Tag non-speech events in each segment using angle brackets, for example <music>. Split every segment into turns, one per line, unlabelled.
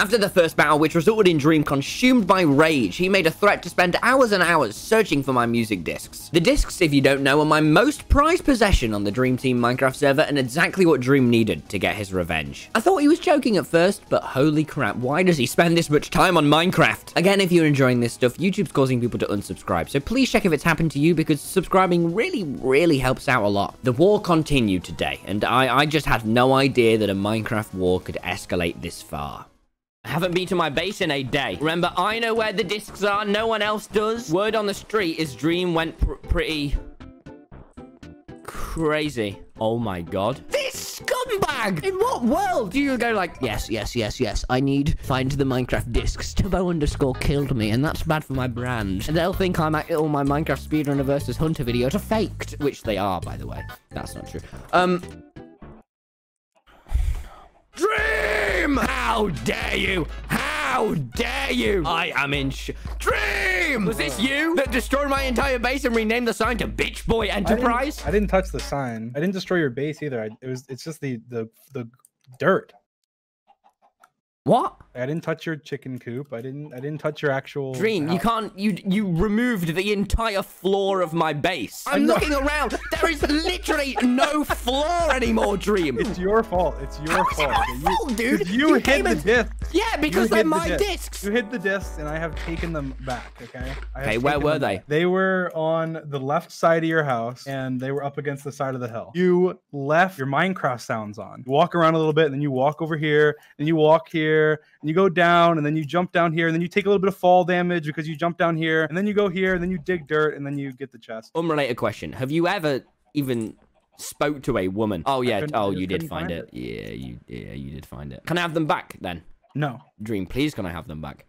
After the first battle, which resulted in Dream consumed by rage, he made a threat to spend hours and hours searching for my music discs. The discs, if you don't know, are my most prized possession on the Dream Team Minecraft server and exactly what Dream needed to get his revenge. I thought he was joking at first, but holy crap, why does he spend this much time on Minecraft? Again, if you're enjoying this stuff, YouTube's causing people to unsubscribe, so please check if it's happened to you because subscribing really, really helps out a lot. The war continued today, and I, I just had no idea that a Minecraft war could escalate this far. I haven't been to my base in a day. Remember, I know where the discs are. No one else does. Word on the street is Dream went pr pretty... crazy. Oh my god. This scumbag! In what world do you go like, yes, yes, yes, yes, I need find the Minecraft discs. Turbo underscore killed me, and that's bad for my brand. And they'll think I'm at all my Minecraft speedrunner versus hunter videos are faked, which they are, by the way. That's not true. Um... Dream! How dare you? How dare you? I am in sh- Dream! Was this you that destroyed my entire base and renamed the sign to Bitch Boy
I didn't-
Enterprise?
I didn't, touch the sign. I didn't destroy your base either. I, it was. It's just the the the dirt.
What?
I didn't touch your chicken coop. I didn't. I didn't touch your actual
Dream, you
house.
can't. You you removed the entire floor of my base. I'm
know.
looking around. There is literally no floor anymore,
<laughs>
Dream.
It's your fault. It's your
How is it
fault.
my
You-
fault, dude?
'cause You,
You
hid
came
the
and-
discs.
Yeah, because
You
they're
hid the
my
discs.
discs.
You hid the discs, and I have taken them back. Okay. I have
Okay, where
taken
were
them
they?
back. They were on the left side of your house, and they were up against the side of the hill. You left your Minecraft sounds on. You walk around a little bit, and then you walk over here, and you walk here, and you go down, and then you jump down here, and then you take a little bit of fall damage because you jump down here, and then you go here, and then you dig dirt, and then you get the chest.
Unrelated question: Have you ever even spoke to a woman? Oh yeah.
couldn't- I
Oh,
just
you did
couldn't
find
find
it. Yeah, you yeah you did find it. Can I have them back then?
No,
Dream, please can I have them
<laughs>
back?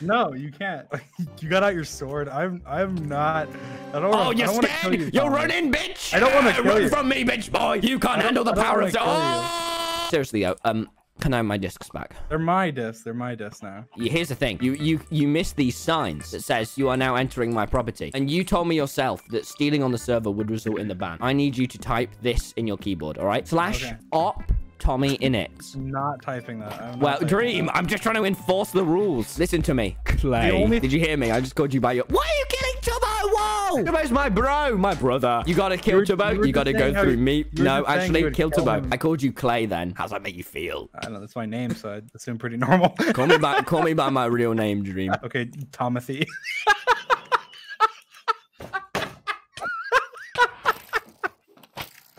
no, you can't. <laughs> you got out your sword. I'm, I'm not. I don't. wanna-
oh,
I
you're
don't wanna kill
scared?
you,
You, are
Dominic.
running, bitch!
I don't
<laughs>
wanna
Yeah,
kill
Run
you.
from me, bitch boy! You can't handle the
I don't
power of...
wanna kill you.
Oh! Seriously though, um, can I have my discs back?
They're my discs. They're my discs now.
You- Here's the thing. You you you missed these signs that says you are now entering my property. And you told me yourself that stealing on the server would result in the ban. I need you to type this in your keyboard, all right? Slash
Okay.
op Tommy init.
Not typing that. I'm not
Well,
typing
Dream, I'm just trying to enforce the rules. Listen to me, Clay.
The only-
Did you hear me? I just called you by your... Why are you killing Tubbo? Whoa! Tubbo's my bro, my brother. You gotta kill
You were-
Tubbo.
you
You,
were
gotta
just
go
saying how
through
you-
me.
you
No,
were just saying you
actually,
would
kill
kill
Tubbo.
him.
I called you Clay then. How's that make you feel?
I don't know. That's my name, so I assume
<laughs>
pretty <laughs> normal.
Call me by, call me by my real name, Dream.
okay, Tomothy. <laughs>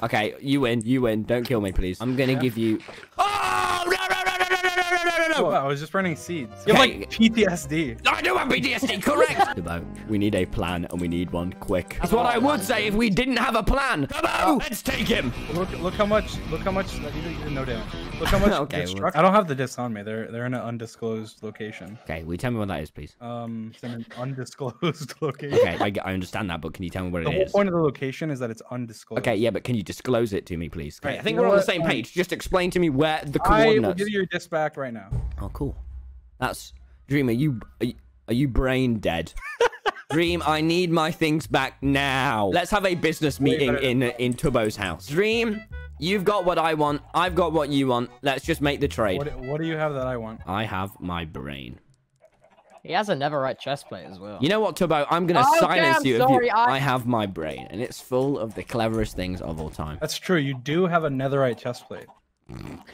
Okay, you win. You win. Don't kill me, please. I'm gonna give you. Oh no no no no no no no no
Oh,
no!
I was just running seeds. You have
Okay.
like PTSD.
I do have <laughs> PTSD, correct? we need a plan and we need one quick. Oh. That's what I would say if we didn't have a plan. Come on, let's take him.
Look, look how much. Look how much. Like, you did- you did no damage. Look how much.
<laughs> Okay,
destruct-
well-
I don't have the discs on me. They're they're in an undisclosed location.
Okay, will you tell me what that is, please?
Um, it's in an <laughs> undisclosed <laughs> location.
Okay, I, I understand that, but can you tell me what
The
it
whole
is?
point of the location is that it's undisclosed.
Okay, yeah, but can you disclose it to me, please? Okay,
Right,
I think
you
we're
know
on the
what,
same
um,
page. Just explain to me where the
I will
coordinates.
give you your disc back right now.
Oh, cool. That's Dream. Are you are you, are you brain
<laughs>
dead? Dream, I need my things back now. Let's have a business meeting
better
in in Tubbo's house. Dream, you've got what I want. I've got what you want. Let's just make the trade.
What what do you have that I want?
I have my brain.
He has a never right chest plate as well. <laughs>
You know what, Tubbo? I'm gonna
Oh,
silence
damn,
you.
sorry,
if you
I-
I have my brain, and it's full of the cleverest things of all time.
That's true. You do have a netherite chest plate.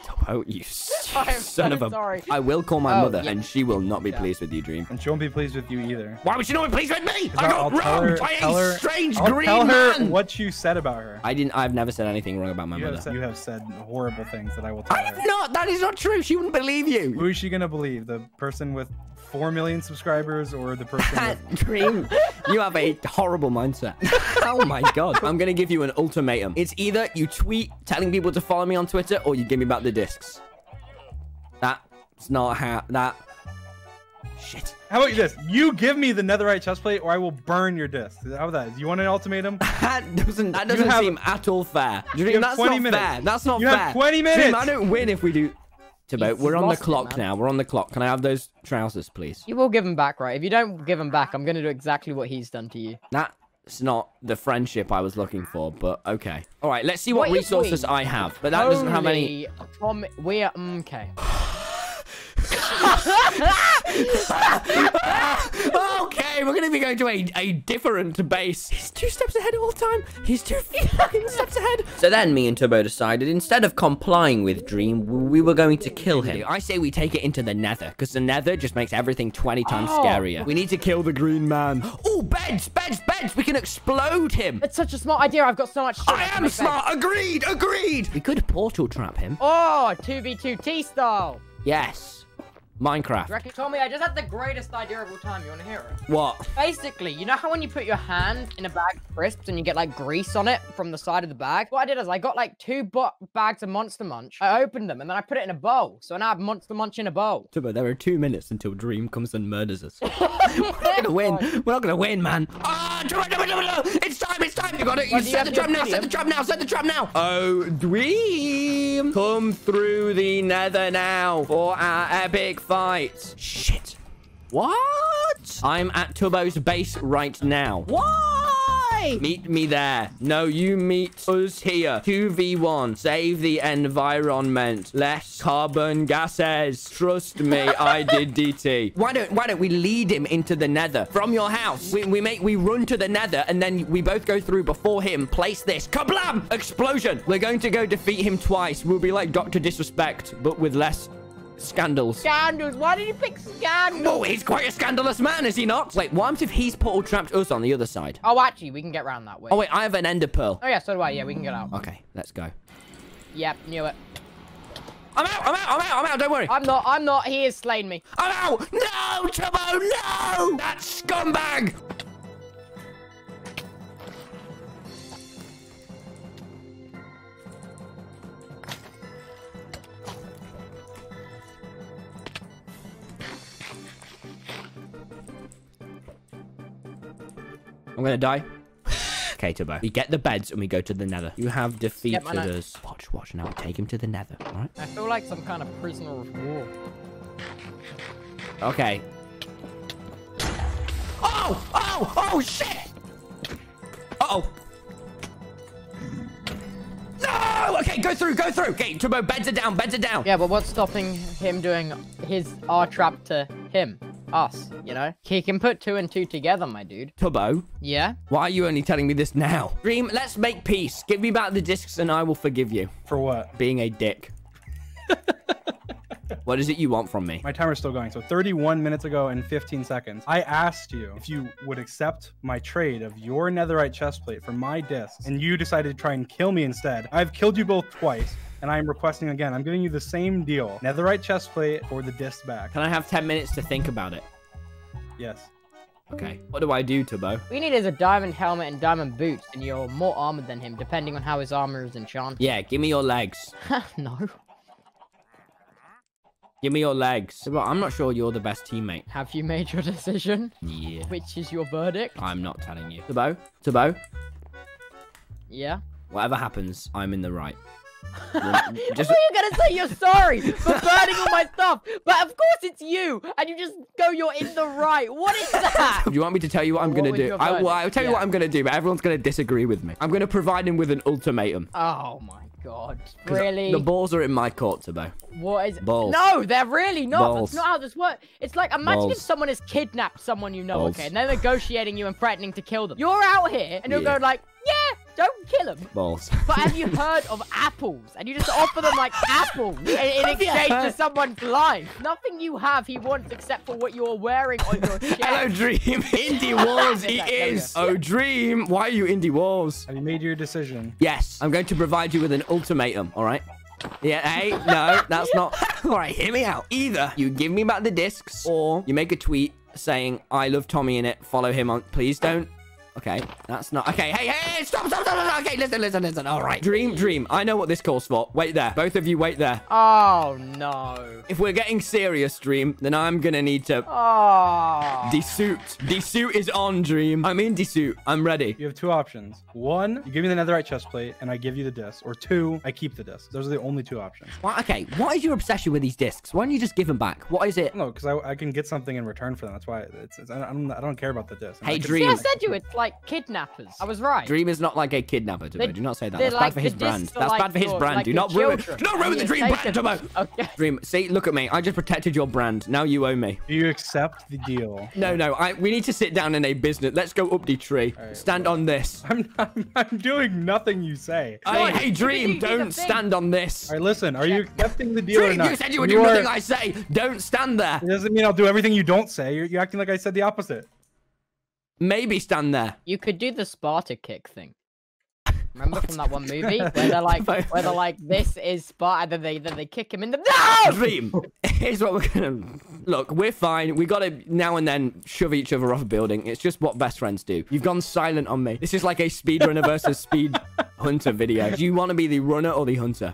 Tubbo,
<laughs>
you s-
I am
son
so
of a!
sorry.
I will call my
Oh,
mother,
yeah.
and she will not be pleased with you, Dream.
And she won't be pleased with you either.
Why would she not be pleased with me? I
I'll-
got
I'll tell
robbed
her-
by
tell
a
her-
strange
I'll
green
tell her
man.
what you said about her.
I didn't. I've never said anything wrong about my
You
mother.
have, said, you have said horrible things that I will tell
I have
her.
not. That is not true. She wouldn't believe you. <laughs>
Who is she gonna believe? The person with four million subscribers or the
<laughs>
person? with...
Dream, you have a horrible <laughs> mindset. oh my god. I'm gonna give you an ultimatum. It's either you tweet telling people to follow me on Twitter, or you give me back the discs. That's not how. That. Shit.
How about this? You give me the netherite chestplate, or I will burn your disc. How about that? You want an ultimatum?
That doesn't. That doesn't
have-
seem at all fair.
have
Dream, that's
20
not
minutes.
fair. That's not
You
fair.
have 20
Dream,
minutes.
I don't win if we do. Tabo,
He's
we're on the
lost it,
clock
man.
now. We're on the clock. Can I have those trousers, please?
You will give him back, right? If you don't give him back, I'm gonna do exactly what he's done to you.
That It's not the friendship I was looking for, but okay. All right, let's see what,
What if
resources
we-
I have. But that doesn't have any.
Holy Prom- we are mm, okay.
okay, we're gonna be going to a, a different base. He's two steps ahead all the time. He's <laughs> two fucking steps ahead. So then me and Turbo decided instead of complying with Dream, w- we were going to kill him. I say we take it into the nether, because the nether just makes everything 20 times
Oh.
scarier. We need to kill the green man. Oh, beds, beds, beds. We can explode him.
It's such a smart idea. I've got so much. Shit
I
can
am
make better.
smart. Agreed, agreed. We could portal trap him.
Oh, 2v2 T style.
Yes.
You
Minecraft.
reckon, Tommy? I just had the greatest idea of all time. You want to hear it?
What?
Basically, you know how when you put your hand in a bag of crisps and you get like grease on it from the side of the bag? What I did is I got like two bo- bags of Monster Munch. I opened them and then I put it in a bowl. So now I have Monster Munch in a bowl.
Tubbo, there are two minutes until Dream comes and murders <laughs> us. We're not gonna win. We're not gonna win, man. <laughs> Ah, Tubbo, no, no, no, no. It's time, it's time. You got it. You
Well, do you
set the
have your
trap now, set the
medium?
trap now, set the trap now. Oh, Dream. Come through the nether now for our epic fight. Shit. What? I'm at Tubbo's base right now. Why? Meet me there. No, you meet us here. 2v1. Save the environment. Less carbon gases. Trust <laughs> me, I did DT. Why don't why don't we lead him into the nether from your house? We, we make we run to the nether and then we both go through before him. Place this. Kablam! Explosion! We're going to go defeat him twice. We'll be like Dr. Disrespect, but with less scandals.
Scandals. Why did you pick Scandals?
Oh, he's quite a scandalous man, is he not? Wait, what if he's portal trapped us on the other side?
Oh, actually, we can get round that way.
Oh, wait, I have an ender pearl.
Oh, yeah, so do I. Yeah, we can get out.
Okay, let's go.
Yep, knew it.
I'm out, I'm out, I'm out, I'm out, don't worry.
I'm not, I'm not. He has slain me.
I'm out! No, Turbo, no! That scumbag! I'm gonna <laughs> die. Okay, Turbo. We get the beds and we go to the nether. You have defeated
I know.
us. Watch, watch. Now we take him to the nether, alright?
I feel like some kind of prisoner of war.
Okay. Oh! Oh! Oh, shit! Uh-oh. No! Okay, go through, go through. Okay, Turbo, beds are down, beds are down.
Yeah, but what's stopping him doing his R trap to him? Us, you know? He can put two and two together, my dude.
Turbo,
Yeah?
why are you only telling me this now? Dream, let's make peace. Give me back the discs and I will forgive you.
For what?
Being a dick. what is it you want from me?
My timer's still going. So 31 minutes ago and 15 seconds. I asked you if you would accept my trade of your netherite chestplate for my discs, and you decided to try and kill me instead. I've killed you both twice, and I am requesting again. I'm giving you the same deal: netherite chestplate for the disc back.
Can I have 10 minutes to think about it?
Yes.
Okay. What do I do, Turbo?
What you need is a diamond helmet and diamond boots, and you're more armored than him, depending on how his armor is enchanted.
Yeah, give me your legs.
<laughs> no.
Give me your legs. Turbo, I'm not sure you're the best teammate.
Have you made your decision?
Yeah.
Which is your verdict?
I'm not telling you. Tabo, Tabo,
Yeah?
whatever happens, I'm in the right.
Just... <laughs>
just-
I thought you were gonna say you're
<laughs>
sorry for burning all my stuff, but of course it's you, and you just go, you're in the right. What is
<laughs>
that?
Do you want me to tell you what I'm
What
gonna
would you
do?
have
I,
done?
will I'll tell you
Yeah.
what I'm gonna do, but everyone's gonna disagree with me. I'm gonna provide him with an ultimatum.
oh my god.
'Cause
Really?
The balls are in my court, Tabo.
What is
Balls.
No, they're really not.
Balls.
That's not how this works. It's like imagine if
Balls.
someone has kidnapped someone you know,
Balls.
okay, and they're negotiating you and threatening to kill them. You're out here and you'll
Yeah.
go like, yeah, don't kill them.
Balls.
<laughs> But have you heard of apples? And you just offer them
<laughs>
like apples in, in
Have you
exchange for
heard?
someone's life. Nothing you have he wants except for what you're wearing on
<laughs>
your <laughs>
Hello,
chest.
Dream. Indie Wars, <laughs> he
Yeah, there we
is. Oh, Dream, why are you Indie Wars?
Have you made your decision?
Yes, I'm going to provide you with an ultimatum, all right? Yeah, hey, no, that's not. <laughs> All right, hear me out. Either you give me back the discs or you make a tweet saying, I love Tommy in it, follow him on. Please don't. Okay, that's not. Okay, hey, hey, stop, stop, stop, stop. Okay, listen, listen, listen. All right. Dream, dream. I know what this calls for. Wait there. Both of you, wait there.
Oh no.
If we're getting serious, Dream, then I'm gonna need to.
Oh.
Desuit. Desuit is on, Dream. I'm in Desuit. I'm ready.
You have two options. One, you give me the netherite chestplate, and I give you the disc. Or two, I keep the disc. Those are the only two options.
Why, okay, what is your obsession with these discs? Why don't you just give them back? What is
Oh,
it?
No, because I, I can get something in return for them. That's why it's, it's I, don't, I don't care about the disc. I'm
Hey,
not gonna-
Dream.
See, I said you it's like kidnappers. I was right.
Dream is not like a kidnapper, Tomo.
They-
Do not say that.
they're
That's bad
like
for
the
his brand.
discs are
That's
like
bad for his
your-
brand.
like
Do
your
not ruin.
children.
Do not ruin
And
the
you
Dream
take
brand,
them.
Tomo.
Okay.
Dream, see, look at me. I just protected your brand. Now you owe me.
Do you accept the deal?
No, no. I we need to sit down in a business. Let's go up the tree. Stand on this.
I'm, I'm, I'm doing nothing you say. All
I,
on,
hey,
you can do-
Dream,
you do the
don't
thing.
stand on this.
right, listen. Are you accepting the deal or
Dream,
not?
you said you would do
are-
nothing I say. Don't stand there.
It doesn't mean I'll do everything you don't say. You're, you're acting like I said the opposite.
Maybe stand there.
You could do the Sparta kick thing. Remember from that
<laughs>
one movie where they're like, where they're like, this is Sparta, then they then they kick him in the no.
Dream. Here's what we're gonna look. We're fine. We gotta now and then shove each other off a building. It's just what best friends do. You've gone silent on me. This is like a speedrunner versus speed hunter video. Do you want to be the runner or the hunter?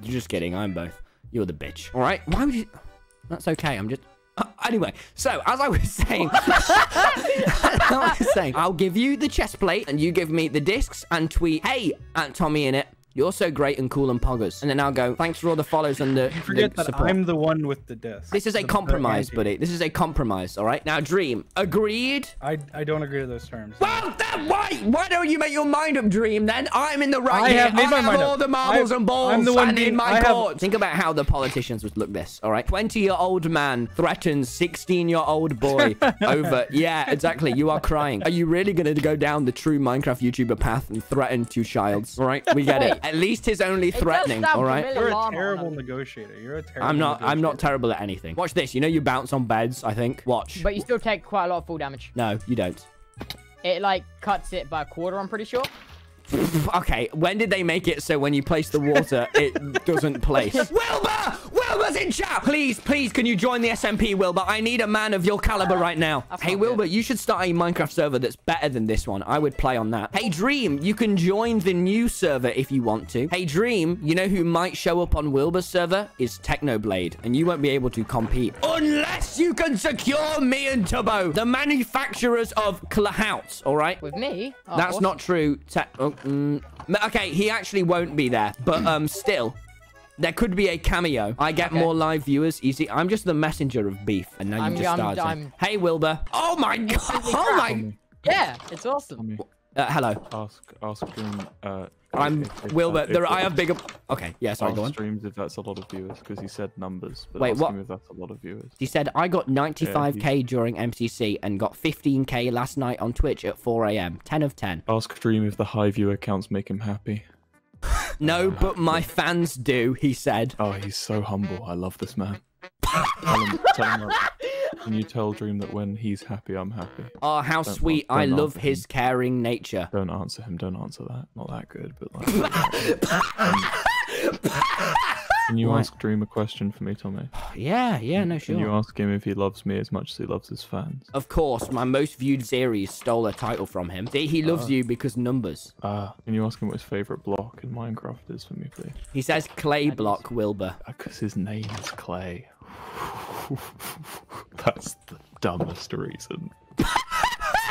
You're just kidding. I'm both. You're the bitch. All right. Why would you? That's okay. I'm just. Uh, anyway, so as I was saying, <laughs> I was saying, I'll give you the chest plate and you give me the discs and tweet, hey, Aunt Tommy in it. You're so great and cool and poggers. And then I'll go, thanks for all the follows and the,
Forget
the
that
support.
I'm the one with the disc.
This is a
The- the
compromise,
Andy.
buddy. This is a compromise, all right? Now, Dream, agreed?
I, I don't agree to those terms.
Well, then why? Why don't you make your mind up, Dream, then? I'm in the right
I
here.
have made
I
my
have
mind
all
up.
the marbles
I've-
and balls
I'm the one
and in
being-
my
I have-
court. Think about how the politicians would look this, all right? 20-year-old man threatens 16-year-old
<laughs>
boy over... Yeah, exactly. You are crying. Are you really going to go down the true Minecraft YouTuber path and threaten two childs, all right? We get it. <laughs>
Wait.
At least his only
does
threatening,
sound
all right?
familiar.
You're a
Alarm on
terrible
him.
negotiator. You're a terrible.
I'm not. I'm not
negotiator.
terrible at anything. Watch this. You know you bounce on beds. I think. Watch.
But you still take quite a lot of full damage.
No, you don't.
It like cuts it by a quarter, I'm pretty sure.
Okay, when did they make it so when you place the water, <laughs> it doesn't place? Wilbur! Wilbur's in chat! Please, please, can you join the SMP, Wilbur? I need a man of your caliber right now.
That's
hey,
not
Wilbur, you should start a Minecraft server that's better than this one. I would play on that. Hey, Dream, you can join the new server if you want to. Hey, Dream, you know who might show up on Wilbur's server? Is Technoblade, and you won't be able to compete. Unless you can secure me and Tubbo, the manufacturers of Clahout, all right?
With me, oh,
That's
awesome.
not true. Te- oh, mm. M- Okay, he actually won't be there, but um, still, there could be a cameo. I get more live viewers easy. I'm just the messenger of beef, and now you
I'm-
just
I'm-
started.
I'm-
Hey, Wilbur. Oh my god. Oh my.
Yeah, it's awesome.
Uh, hello.
Ask, ask him. Uh,
I'm
if- if-
Wilbur.
if
There, I
it's-
have bigger. Okay. Yeah. Sorry.
ask
Go on.
streams if that's a lot of viewers because he said numbers. But
Wait,
ask
what?
him if that's a lot of viewers.
He said I got 95k during MCC and got 15k last night on Twitch at 4 a.m. 10 of 10.
Ask Dream if the high viewer counts make him happy.
No, but my fans do. He said.
Oh, he's so humble. I love this man. tell him, tell him that- Can you tell Dream that when he's happy, I'm happy?
Oh, how
Don't-
sweet!
don't
I
laugh
love
at
his caring nature.
Don't answer him. Don't answer that. Not that good, but
<laughs>
like. Can you
What?
ask Dream a question for me, Tommy?
Yeah. Yeah. No. Sure.
Can you ask him if he loves me as much as he loves his fans?
Of course, my most viewed series stole a title from him. See, he
Oh.
loves you because numbers.
Ah, can you ask him what his favorite block in Minecraft is for me, please?
He says clay block Wilbur.
Because his name is Clay. <laughs> That's the dumbest reason.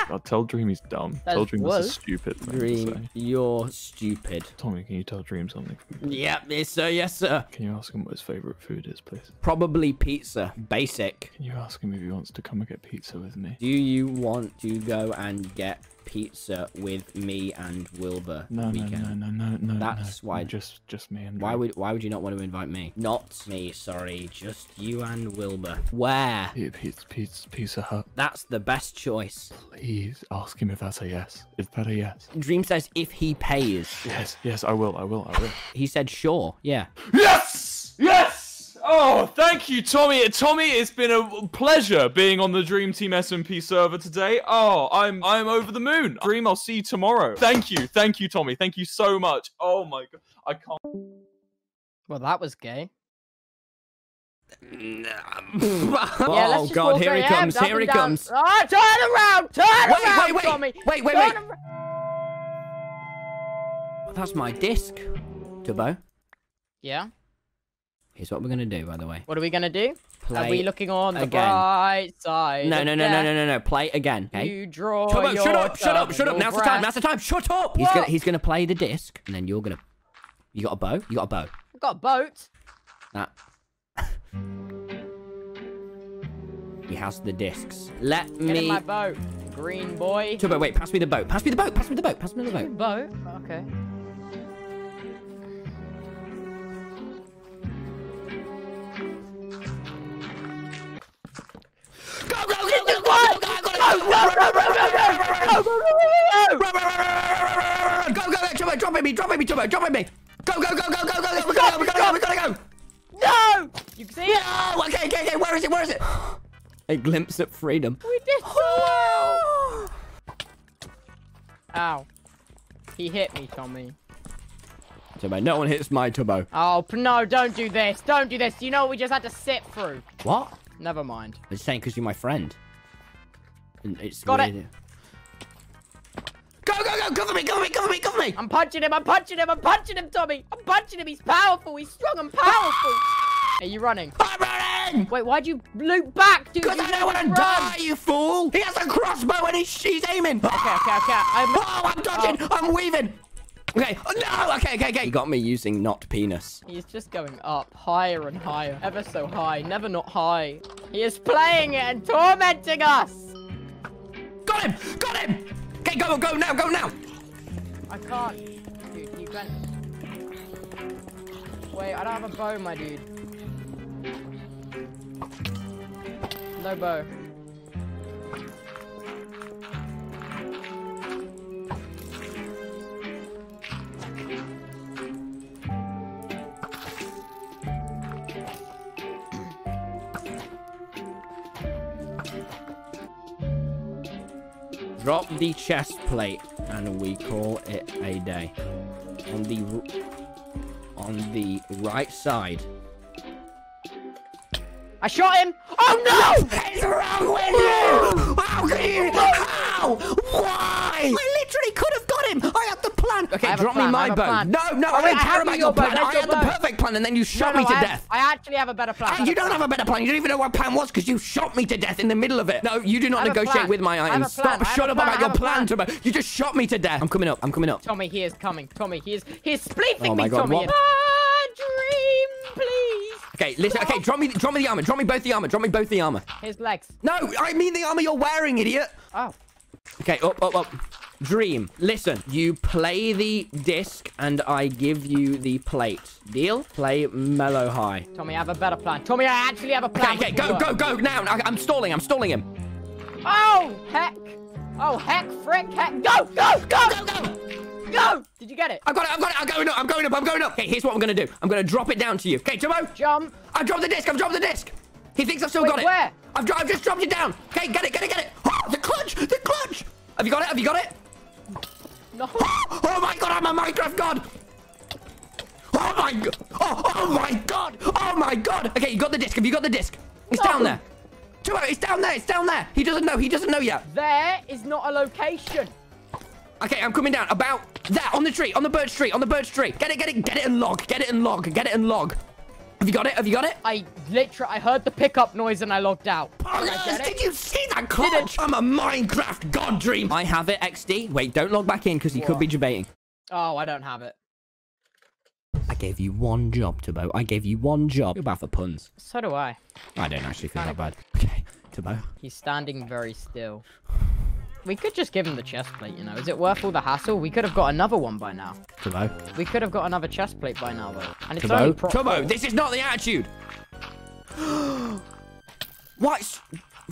I'll tell Dream he's dumb.
That
tell Dream that's a
was-
stupid thing to
Dream,
say.
you're stupid.
Tommy, can you tell Dream something?
Yep, yes sir, yes sir.
Can you ask him what his favorite food is, please?
Probably pizza. Basic.
Can you ask him if he wants to come and get pizza with me?
Do you want to go and get pizza with me and Wilbur
No, no,
weekend?
no, no, no, no.
That's
no.
why-
Just, just me and.
Why
Dream.
would why would you not want to invite me? Not me, sorry. Just you and Wilbur. Where?
Pi- Pizza, pizza, pizza Hut.
That's the best choice.
Please ask him if that's a yes. Is that a yes?
Dream says if he pays.
Yes, yes, I will, I will, I will.
He said sure. Yeah.
Yes! Yes! Oh, thank you, Tommy. Tommy, it's been a pleasure being on the Dream Team SMP server today. Oh, I'm I'm over the moon. Dream, I'll see you tomorrow. Thank you, thank you, Tommy. Thank you so much. Oh my god, I can't.
Well, that was gay. Yeah, let's
oh
just
god,
walk
here he
around,
comes,
up
here
and
he
down.
comes.
Ah, turn around, turn
Wait,
around,
wait, wait,
Tommy.
wait, wait,
turn
wait.
ar-
That's my disc. Tubbo,
Yeah.
here's what we're gonna do, by the way.
What are we gonna do?
Play
are we looking on the
again.
bright side?
No,
of
no, no, no,
death?
no, no, no. Play again. Okay.
You draw
Tubbo,
your
shut up, shut up, shut up.
double
Now's the time.
breath.
Now's the time. Shut up. He's
What?
gonna he's gonna play the disc, and then you're gonna. You got a bow. You got a bow.
I've got a boat.
That. <laughs> he has the discs. Let
Get in
me
my boat. green boy.
Turbo, wait, pass me the boat. Pass me the boat. Pass me the boat. Pass me the boat.
Boat. Okay.
Go, go, go, Turbo, drop at me, drop at me, Turbo, drop at me. Go, go, go, go, go, go, go, we gotta go, we gotta go, we gotta go. No!
You can see it.
Oh, okay, okay, okay, where is it, where is it? A glimpse at freedom.
We did so well.
Oh!
Ow. He hit me, Tommy.
Turbo, no one hits my Turbo.
Oh, p- no, don't do this. Don't do this. You know what we just had to sit through.
What?
Never mind.
I'm just saying because you're my friend. And it's
Got it.
weird. Go, go, go, cover me, cover me, cover me, cover me.
I'm punching him. I'm punching him. I'm punching him, Tommy. I'm punching him. He's powerful. He's strong and powerful. Are you running?
I'm running!
Wait, why'd you loop back, dude?
Because
You
I
just
don't want to
run.
die, you fool! He has a crossbow and he's, he's aiming!
Okay, okay, okay. I'm...
Oh, I'm dodging! I'm weaving! Okay, oh, no! Okay, okay, okay. You got me using not penis.
He's just going up, higher and higher, ever so high, never not high. He is playing it and tormenting us.
Got him! Got him! Okay, go, go now, go now!
I can't, dude. You can. Wait, I don't have a bow, my dude. No bow.
Drop the chest plate and we call it a day. On the r- on the right side.
I shot him. Oh no!
What is wrong with you? How can you? How? Why? I literally could have got him. I had the plan.
I
Okay,
have a
drop me
plan, I
my
have a
bow.
plan.
No, no,
Oh,
I
wait,
don't
I
care
have
about
your
your
bow,
plan.
that's
I
your
had the
bow.
perfect plan, and then you shot
No,
me
no,
to
I have-
death.
I actually have a better plan. I
Ah,
have
you
a
don't
plan.
have a better plan. You don't even know what plan was because you shot me to death in the middle of it. No, you do not
I have a
negotiate
plan.
with my
I have a
items.
plan.
Stop.
I have
Shut
a
up about
plan. I
your
have a
plan,
plan.
Turbo. You just shot me to death. I'm coming up. I'm coming up.
Tommy, he is coming. Tommy, he is he is spleefing
Oh my
me,
God,
Tommy.
what-
Ah, dream, please.
Okay, listen. Okay, drop me, drop me the armor. Drop me both the armor. Drop me both the armor.
His legs.
No, I mean the armor you're wearing, idiot.
Oh.
Okay, up, up, up. Dream, listen. You play the disc and I give you the plate. Deal? Play mellow high.
Tommy, I have a better plan. Tommy, I actually have a
Okay,
plan.
okay,
which
go,
will
go,
work.
go now. I, I'm stalling. I'm stalling him.
Oh, heck. Oh, heck, frick, heck. Go, go, go,
Go, go.
go. Did you get it?
I've got it. I've got it. I'm going up. I'm going up. I'm going up. Okay, here's what I'm gonna do. I'm gonna drop it down to you. Okay, Jumbo.
Jump.
I've dropped the disc. I've dropped the disc. He thinks I've still
Wait,
got it.
where?
I've, dro- I've just dropped it down. Okay, get it, get it, get it. Oh, the clutch, the clutch. Have you got it? Have you got it?
No.
Oh, oh my god, I'm a Minecraft god. Oh my god. Oh, oh my god. Oh my god. Okay, you got the disc. Have you got the disc? It's down
No.
there. Two, it's down there. It's down there. He doesn't know. He doesn't know yet.
There is not a location.
Okay, I'm coming down. About there, on the tree, on the birch tree, on the birch tree. Get it, get it, get it and log. Get it and log. Get it and log. Have you got it? Have you got it?
I literally, I heard the pickup noise and I logged out.
Oh,
Did I
yes,
get it?
<laughs> did you see that clutch? I'm a Minecraft god dream. I have it, XD. Wait, don't log back in because he could be debating.
Oh, I don't have it.
I gave you one job, Tabo. I gave you one job. You're bad for puns.
So do I.
I don't actually feel that bad. Okay, Tabo.
He's standing very still. We could just give him the chest plate, you know. Is it worth all the hassle? We could have got another one by now.
Tabo.
We could have got another chest plate by now, though. And it's only
Tabo.
pro-
Tabo, this is not the attitude. <gasps> what? s-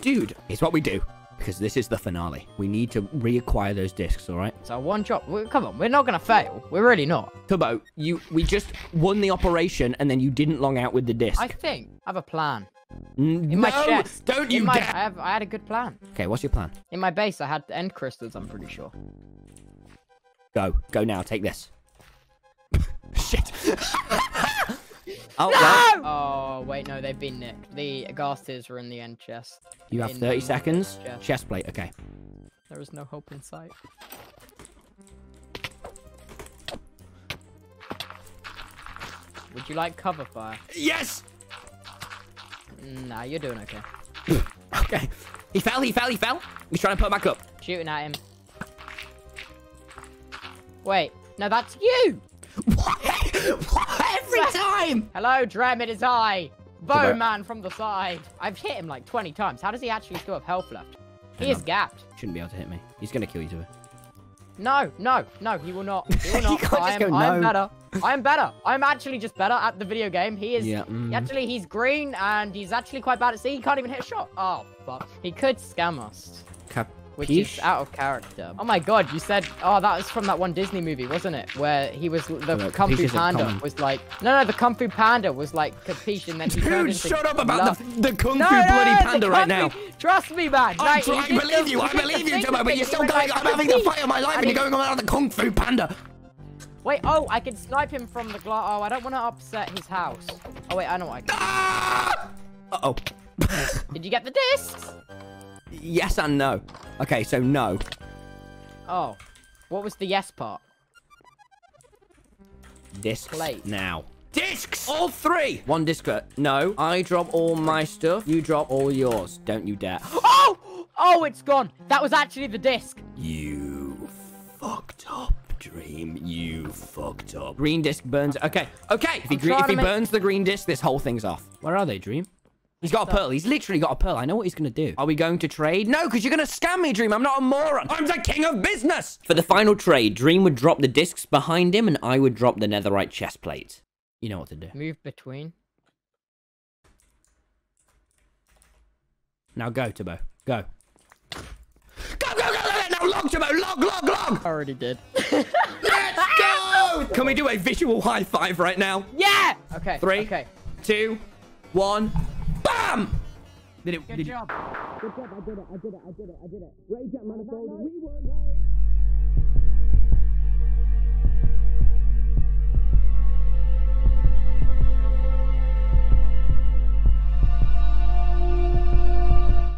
Dude, it's what we do. Because this is the finale. We need to reacquire those discs, all right?
So one job. We- Come on, we're not gonna fail. We're really not.
Tabo, you we just won the operation and then you didn't long out with the disc.
I think I have a plan.
N-
In my
no,
chest.
Don't
In
you
my-
dare!
I, have, I had a good plan.
Okay, what's your plan?
In my base, I had end crystals. I'm pretty sure.
Go, go now. Take this. <laughs> Shit. oh, well,
Oh wait, no, they've been nicked. The Agastes were in the end chest.
you have
In
30
the
seconds.
chest.
Chest plate. Okay.
There is no hope in sight. Would you like cover fire?
Yes.
Nah, you're doing okay.
Okay. He fell. He fell. He fell. He's trying to put it back up.
Shooting at him. Wait, no, that's you.
What? <laughs> what? Every time.
Hello, Drem, it is I,
Hello.
Bowman from the side. I've hit him like 20 times. How does he actually still have health left?
Hang
He is
on.
gapped.
Shouldn't be able to hit me. He's gonna kill you, Tuba.
No, no, no, he will not.
<laughs>
He will
You
not.
can't
I,
just
am,
go,
I am
"No."
better. I am better. I'm actually just better at the video game. He is.
Yeah, mm.
Actually, he's green and he's actually quite bad at. See, he can't even hit a shot. Oh, fuck. He could scam us. Which
Capiche?
is out of character. Oh my god, you said, oh, that was from that one Disney movie, wasn't it? Where he was, the
no,
Kung
capiche
Fu
isn't
Panda
common.
was like, no, no, the Kung Fu Panda was like capiche and then he turned
Dude,
into
shut up about
love.
the, the Kung
No,
Fu
no,
bloody
the
panda right now.
Kung Fu- Trust me, man.
I,
Like, he
I
did
believe
the-
you, I
he did the
believe you,
thing
Tomo, but
with
you're
it.
still
He went
dying.
like
I'm having the
capiche.
fight of my life, and you're going around the Kung Fu Panda.
Wait, oh, I can snipe him from the glass. Oh, I don't want to upset his house. Oh, wait, I know what I can.
Ah! Uh <laughs> oh.
Did you get the discs?
yes and no. Okay, so no.
Oh, what was the yes part?
Discs
Plate.
now. Discs! All three! One disc. uh, No. I drop all my stuff. You drop all yours. Don't you dare.
Oh! Oh, it's gone. That was actually the disc.
You fucked up, Dream. You fucked up. Green disc burns. Okay, okay. If he,
I'm
gre-
trying
if
to
he
make-
burns the green disc, this whole thing's off. Where are they, Dream? He's got a pearl. He's literally got a pearl. I know what he's going to do. Are we going to trade? No, because you're going to scam me, Dream. I'm not a moron. I'm the king of business. For the final trade, Dream would drop the discs behind him and I would drop the netherite chest plate. You know what to do.
Move between.
Now go, Tabo. Go. Go, go, go, go, go. Now log, Tabo. Log, log, log.
Already did.
<laughs> Let's go. Can we do a visual high five right now?
yeah! Okay.
Three.
Okay.
two, one, BAM! Did it,
Good
did-
job.
Good job, I did it, I did it, I did it, I did it. Ray Jack Manifold, we were